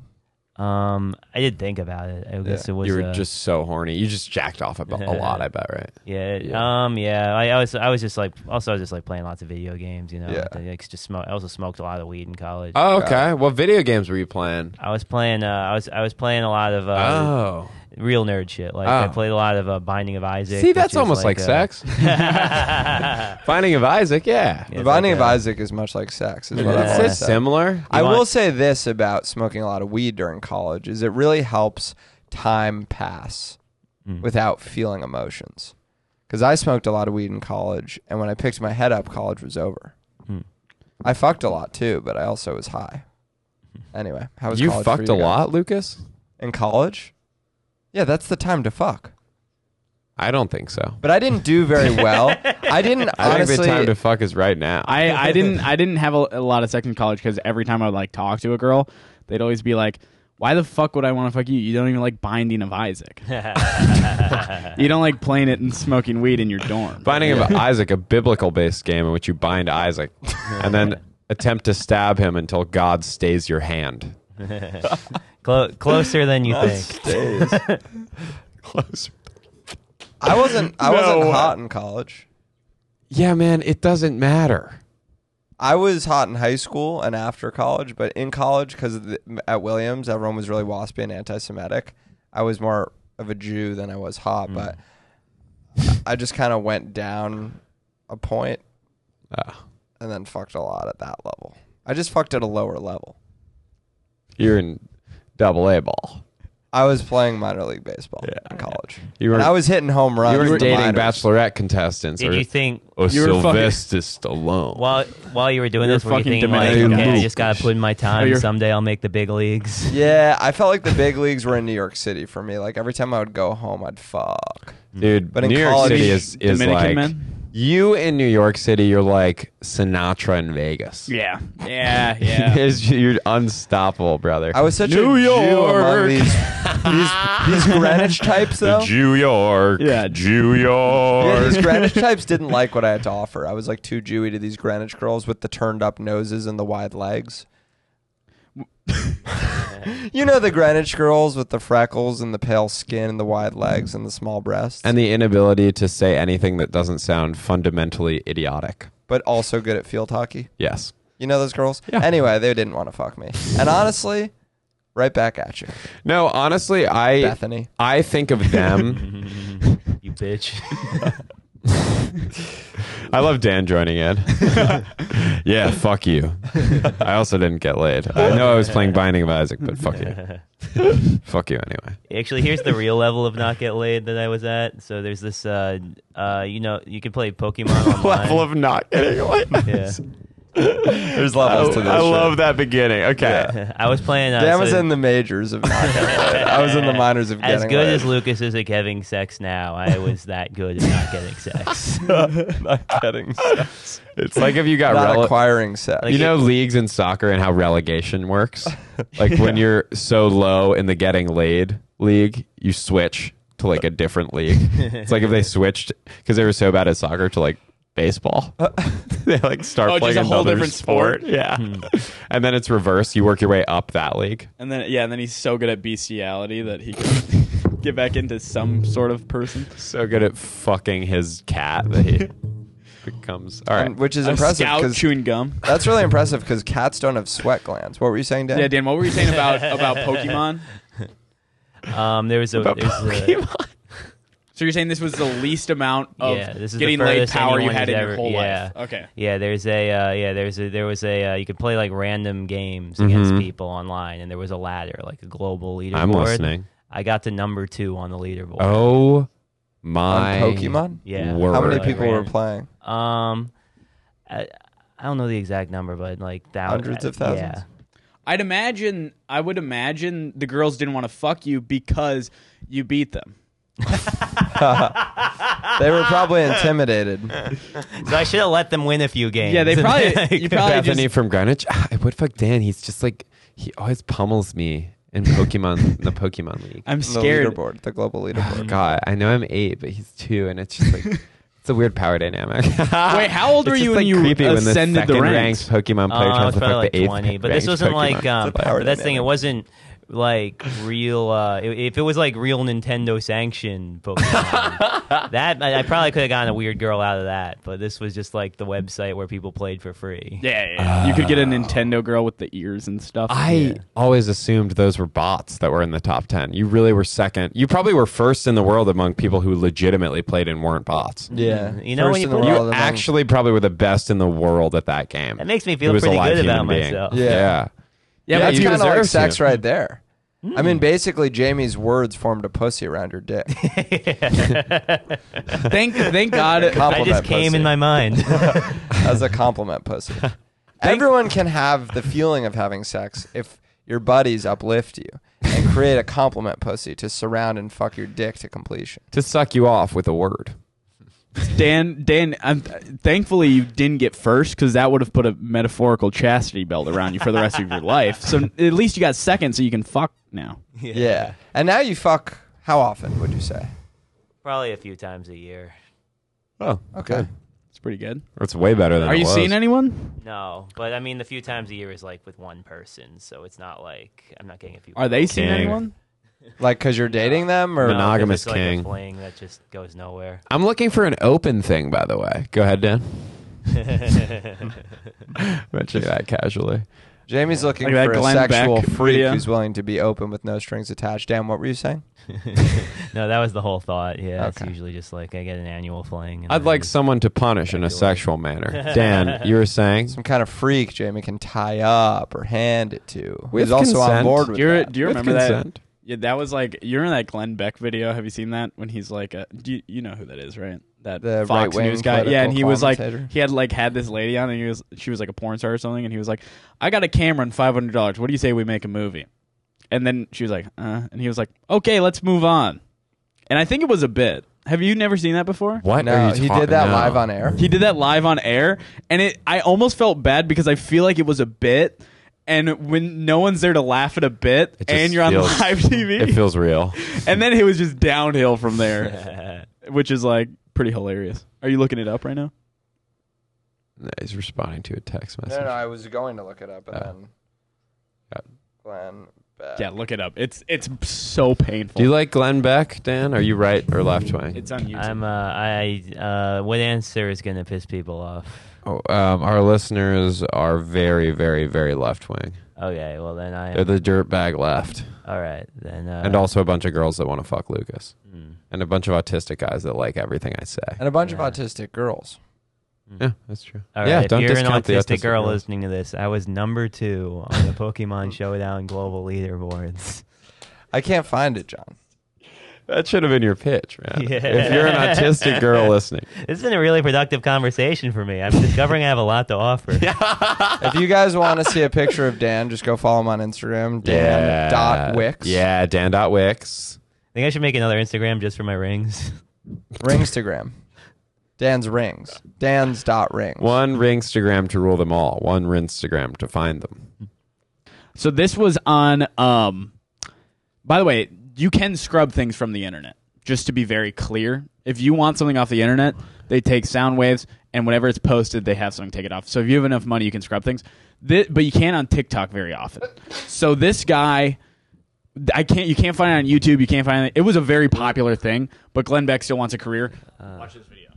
um, I did think about it. I guess it was. you were uh, just so horny. You just jacked off a, bu- a lot, <laughs> I bet, right? Yeah, it- Yeah. Um. Yeah. I, I was. I was just like. Also, I was just like playing lots of video games. You know. Yeah. I, like, just smoke. I also smoked a lot of weed in college. Oh, okay. What video games were you playing? I was playing. Uh, I was. I was playing a lot of uh, Oh, real nerd shit. Like I Oh. played a lot of uh, Binding of Isaac. see, which that's is almost like, uh, <laughs> sex. <laughs> Finding of Isaac, yeah. Yeah, The it's Binding like of a- Isaac is much like sex. Is what Yeah. I've That's always that's said. similar. I want- will say this about smoking a lot of weed during college is it really helps time pass Mm. without feeling emotions. Because I smoked a lot of weed in college, and when I picked my head up, college was over. Hmm. Mm. I fucked a lot too, but I also was high. Anyway, how was You college for fucked a guys? lot, Lucas? in college? Yeah, that's the time to fuck. I don't think so. But I didn't do very <laughs> well. I didn't I honestly. think the time to fuck is right now. I, I didn't I didn't have a, a lot of sex in college because every time I would like talk to a girl, they'd always be like, "Why the fuck would I want to fuck you? You don't even like Binding of Isaac. you don't like playing it and smoking weed in your dorm." Binding of Isaac, a biblical based game in which you bind Isaac and then attempt to stab him until God stays your hand. <laughs> Clo- closer than you think. Days. Closer. I wasn't. I No. uh, wasn't hot in college. Yeah, man, it doesn't matter. I was hot in high school and after college, but in college, because at Williams, everyone was really waspy and anti-Semitic. I was more of a Jew than I was hot, but Mm. I just kind of went down a point Ah, and then fucked a lot at that level. I just fucked at a lower level. you're in double A ball. I was playing minor league baseball in college. You were- and I was hitting home runs. You were with the dating minors. bachelorette contestants. or, Did you think or You were fucking- Sylvester Stallone? while while you were doing You're this, were you fucking thinking like, Dominican okay, I Lucas. just gotta put in my time. you're- Someday I'll make the big leagues. <laughs> Yeah, I felt like the big leagues were in New York City for me. Like every time I would go home, I'd fuck. Dude, But in New York college- City is, is Dominican like men? you in New York City. You're like Sinatra in Vegas. Yeah. <laughs> Yeah. Yeah. It's- you're unstoppable, brother. I was such New a Jew among York. these, these, these <laughs> Greenwich types, though. New York. Yeah. New Yeah, York. these <laughs> Greenwich types didn't like what I had to offer. I was like too Jewy to these Greenwich girls with the turned up noses and the wide <laughs> legs. you know the Greenwich girls with the freckles and the pale skin and the wide legs and the small breasts, and the inability to say anything that doesn't sound fundamentally idiotic. but also good at field hockey. Yes. You know those girls? Yeah. Anyway, they didn't want to fuck me. And honestly, right back at you, No, honestly, I Bethany. I think of <laughs> them. <laughs> you bitch. I <laughs> love Dan joining <laughs> in. yeah, fuck you. I also didn't get laid. I know I was playing Binding of Isaac, but fuck you. fuck you anyway. <laughs> Actually, here's the real level of not get laid that I was at. So there's this, uh, uh, you know, you can play Pokemon <laughs> online. Level of not getting laid. yeah. There's levels to this. I shit. love that beginning. Okay. <laughs> I was playing. Uh, Dan so- was in the majors of not <laughs> getting laid. I was in the minors of as getting good laid. as Lucas is at having sex now. I was that good at not <laughs> getting sex. <laughs> not getting sex. It's like if you got Not rele- acquiring sex. Like- you know leagues in soccer and how relegation <laughs> works. Like when you're so low in the getting laid league, you switch to like a different league. it's like if they switched because they were so bad at soccer to like baseball. they like start Uh, Oh, just playing a whole another different sport. sport? Yeah, and then it's reverse. You work your way up that <laughs> league. and then yeah, and then he's so good at bestiality that he can <laughs> get back into some sort of person. So good at fucking his cat <laughs> that he becomes. All right. And- which is A impressive scout 'cause- chewing gum. that's really impressive because cats don't have sweat glands. What were you saying, Dan? Yeah, Dan, what were you saying <laughs> about about Pokemon? Um, there was a, About there's a Pokemon. So you're saying this was the least amount of Yeah, this is the getting laid furthest power you anyone had has in ever- your whole yeah. life. Okay. yeah. There's a uh, yeah. There's a there was a uh, you could play like random games Mm-hmm. against people online, and there was a ladder like a global leaderboard. I'm listening. I got to number two on the leaderboard. Oh On my Pokemon? yeah. word. How many Like, people were ran- playing? Um, I, I don't know the exact number, but like thou- Hundreds of thousands? I'd imagine I would imagine the girls didn't want to fuck you because you beat them. They were probably intimidated. Yeah. So I should have let them win a few games. <laughs> Yeah, they probably you probably Bethany just from Greenwich. Ah, I would fuck Dan. He's just like he always pummels me in <laughs> Pokemon, the Pokemon League. I'm The scared. leaderboard, the global Oh, leaderboard. God, I know I'm eight, but he's two, and it's <laughs> just like it's a weird power dynamic. Wait, how old Ah, <laughs> It's were just, you like, when you creepy when ascended the the second ranks? ranked Pokemon player Uh, tries I was to fuck probably like the eighth 20, but this ranked wasn't Pokemon. like um, a power but that's the thing. It dynamic. wasn't like real. Uh, i- if it was like real Nintendo sanctioned <laughs> Pokemon, that I, I probably could have gotten a weird girl out of that. But this was just like the website where people played for free. Yeah, yeah, yeah. you could get a Ah. Nintendo girl with the ears and stuff. I always assumed those were bots that were in the top ten. You really were second. You probably were first in the world among people who legitimately played and weren't bots. Yeah. You First know when you in the put- world You among- Actually, probably were the best in the world at that game. That makes me Who feel was a pretty live good about human being. myself. Yeah. yeah, yeah, but That's you you, kind of like deserve sex to. right there. I mean, basically, Jamie's words formed a pussy around your dick. thank thank <laughs> God. I just Compliment came pussy. in <laughs> my mind. <laughs> as a compliment pussy. Everyone can have the feeling of having sex if your buddies uplift you and create a compliment pussy to surround and fuck your dick to completion. to suck you off with a word. Dan Dan, I'm, thankfully you didn't get first because that would have put a metaphorical chastity belt around you for the rest of your life. So at least you got second, so you can fuck now. Yeah. And now you fuck how often would you say? Probably a few times a year. Oh, Okay. It's pretty good. That's way better than Are it you was. seeing anyone? No, but I mean, the few times a year is like with one person, so it's not like I'm not getting a few. Are they seeing King. anyone? Like, cause you're dating them, or No. Monogamous it's like king. A fling that just <laughs> goes nowhere. <laughs> I'm looking for an open thing, by the way. Go ahead, <laughs> Dan. Mention that casually. Jamie's looking Like that for a Glenn sexual Beck freak video. who's willing to be open with no strings attached. Dan, what were you saying? <laughs> no, that was the whole thought. Yeah, it's Okay. usually just like I get an annual fling. and I'd then like just- someone to punish in a sexual <laughs> manner. Dan, you were saying Some kind of freak Jamie can tie up or hand it to. With He's also on consent. board with Do you, that. do you With remember consent. that? Yeah, that was like you're in that Glenn Beck video. Have you seen that when he's like, a, do you, you know who that is, right? That The Fox right-wing News guy. Yeah, political and he was like, commentator. he had like had this lady on, and he was she was like a porn star or something, and he was like, I got a camera and five hundred dollars. What do you say we make a movie? And then she was like, uh, and he was like, okay, let's move on. And I think it was a bit. Have you never seen that before? what no, are you he talking- did that no. live on air. He did that live on air, and it I almost felt bad because I feel like it was a bit, and when no one's there to laugh at a bit, It just and you're on feels- live It TV, feels real. <laughs> and then it was just downhill from <laughs> there, which is like pretty hilarious. Are you looking it up right now? No, He's responding to a text No, message. no, I was going to look it up, and Oh. then Got Glenn Beck. Yeah, look it up. It's it's so painful. Do you like Glenn Beck, Dan? Are you right or left wing? it's on YouTube. <laughs> I'm uh, I uh, what answer is gonna piss people off? Oh, um, our listeners are very, very, very left wing. Okay, well then I. They're the dirtbag left, all right, then. Uh, and also a bunch of girls that want to fuck Lucas, mm, and a bunch of autistic guys that like everything I say. and a bunch Yeah. of autistic girls. mm. Yeah, that's true. All right, yeah, if don't you're an discount the autistic autistic girl girls. listening to this, I was number two on <laughs> the Pokemon Showdown global leaderboards. <laughs> I can't find it, John. That should have been your pitch, man. <laughs> Yeah. If you're an autistic <laughs> girl listening, This has been a really productive conversation for me. I'm discovering I have a lot <laughs> to offer. if you guys want to see a picture of Dan, just go follow him on <laughs> Instagram. Dan dot Wicks. Yeah, Dan dot Wicks. I think I should make another Instagram just for my rings. Ringstagram. Dan's rings. Dan's dot rings. One Ringstagram to rule them all. One Ringstagram to find them. So this was on. Um, by the way, you can scrub things from the internet. Just to be very clear, if you want something off the internet, they take sound waves, and whenever it's posted, they have something take it off. So if you have enough money, you can scrub things. Thi- but you can't on TikTok very often. So this guy, I can't. You can't find it on YouTube. You can't find it. It was a very popular thing, but Glenn Beck still wants a career. Watch this video.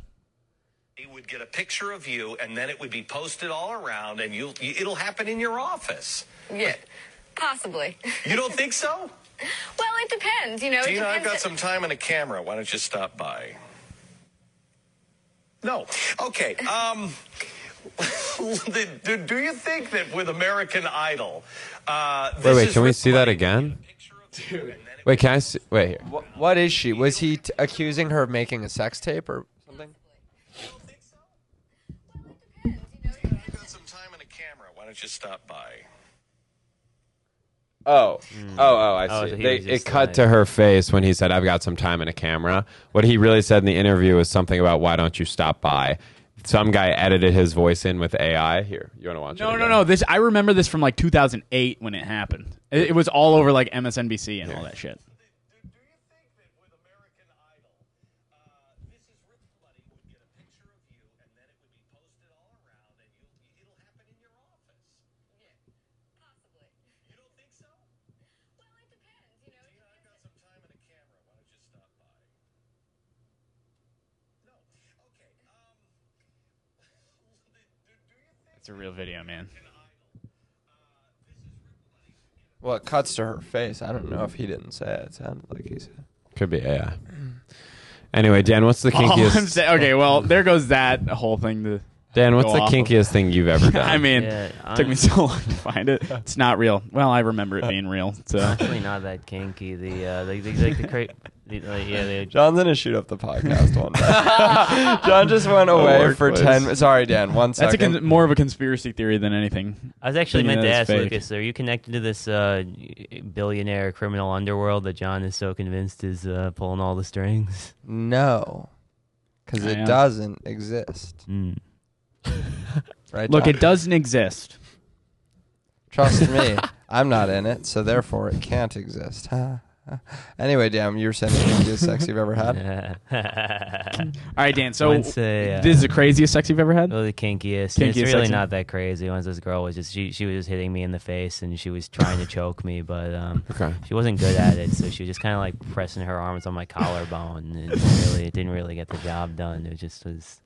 It would get a picture of you, and then it would be posted all around, and you'll, you, it'll happen in your office. Yeah, possibly. You don't think so? Well, it depends, you know. it Dina, I've depends. got some time and a camera. Why don't you stop by? No. Okay. Um, <laughs> do, do you think that with American Idol, uh, Wait, this wait. is Can we see that replaced- again? Picture of you, and then it- Wait, can I see? Wait here. Wh- what is she? Was he t- accusing her of making a sex tape or something? You don't think so? Well, it depends, you know. it I've depends. got some time and a camera. Why don't you stop by? Oh, oh, oh! I see. Oh, so he they, was it just cut like- to her face when he said, "I've got some time and a camera." What he really said in the interview was something about, "Why don't you stop by?" Some guy edited his voice in with AI. Here, you want to watch? No, it no, again? no. This I remember this from like 2008 when it happened. It, it was all over like MSNBC and all that shit. Do do you think that with American Idol, uh, this is Rich Bloody would get a picture of you and then it would be posted all around and you'll, you, it'll happen in your office? Possibly. You don't think so? Well, it depends, you know. it Dina, I've depends. got some time and a camera. Why don't you stop by? No. Okay. Um. do, do you think It's a real video, man. Well, it cuts to her face. I don't know if he didn't say it. It sounded like he said. Could be AI. Anyway, Dan, what's the All I'm kinkiest? saying, okay, well, there goes that whole thing. To, <laughs> Dan, what's Go the off of- kinkiest thing you've ever done? I mean, Yeah, it took me so <laughs> long to find it. It's not real. Well, I remember it being real. <laughs> So Really not that kinky. The uh, the, the, like the cra- the, like, yeah, <laughs> the, John's gonna shoot up the podcast one day. <laughs> John just went away for workplace. ten. Sorry, Dan. One that's a second. con- more of a conspiracy theory than anything. I was actually Thinking meant to that ask it's fake. Lucas, are you connected to this uh, billionaire criminal underworld that John is so convinced is uh, pulling all the strings? no, because I it am. doesn't exist. Mm. <laughs> Right? Look, John? it doesn't exist. Trust me, I'm not in it, so therefore it can't exist. <laughs> Ha, Anyway, damn, you were saying the craziest sex you've ever had. All right, Dan. So Once a, uh, this is the craziest sex you've ever had. Uh, Oh, the kinkiest. And It's Kinkiest really sex- not that crazy. Once this girl was just she she was just hitting me in the face and she was trying to choke me, but um, Okay. she wasn't good at it. So she was just kind of like pressing her arms on my collarbone, and it really it didn't really get the job done. It just was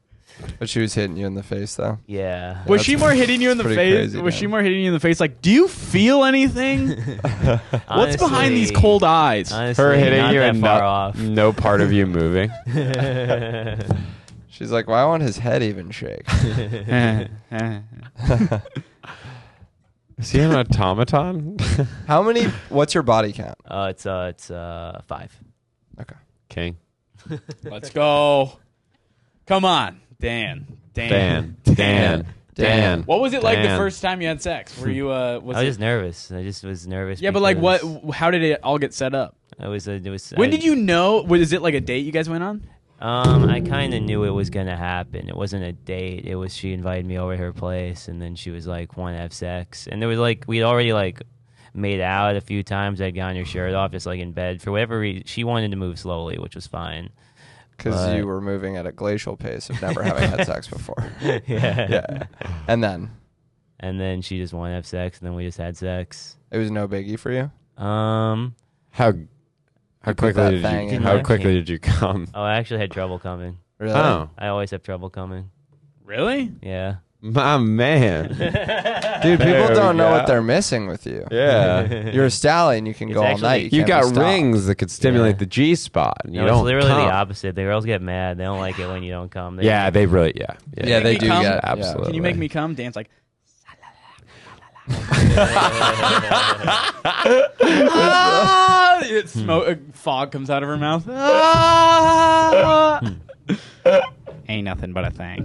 But she was hitting you in the face, though. yeah. Was That's she more hitting you in the face? pretty crazy, was man. she more hitting you in the face? Like, do you feel <laughs> anything? What's behind these Honestly- cold eyes? <laughs> Honestly, Her hitting not you that and far not- Mm. off. no part of you moving. She's like, "Why won't his head even shake?" <laughs> Eh, Is he an automaton? <laughs> How many? What's your body count? Uh, it's uh, it's uh, five. Okay. King. Let's go. Come on, Dan. <laughs> Dan. Dan. Dan. Dan. What was it like the Dan. first time you had sex? Were you uh? Was I was it- just nervous. I just was nervous. yeah, but like, what? because How did it all get set up? It was. A, it was. When I- did you know? Was it like a date you guys went on? Um, I kind of knew it was gonna happen. It wasn't a date. It was she invited me over to her place, and then she was like, "Want to have sex?" And there was like we'd already like made out a few times. I'd gotten her shirt off, just like in bed for whatever reason. She wanted to move slowly, which was <laughs> fine. Because But- you were moving at a glacial pace of never having had sex before. yeah. Yeah. And then <laughs> And then she just wanted to have sex, and then we just had sex. it was no biggie for you. Um. How how that quickly did thing you in how there. quickly did you come? Oh, I actually had trouble coming. Really? Oh, I always have trouble coming. Really? Yeah. my man. Dude, There people we don't know what go. they're missing with you. <laughs> Yeah. You're a stallion. you can It's go all actually- night. You can't be got stopped. rings that could stimulate Yeah. the G spot. You No, it's don't literally come. the opposite. The girls get mad. They don't like it when you don't come. They- Yeah, they really. Yeah, Yeah, Make they me do come? get Absolutely. Can you make me come? Dan's like, ah! It smoke, uh, fog comes out of her mouth. Ah! Ain't nothing but a thing.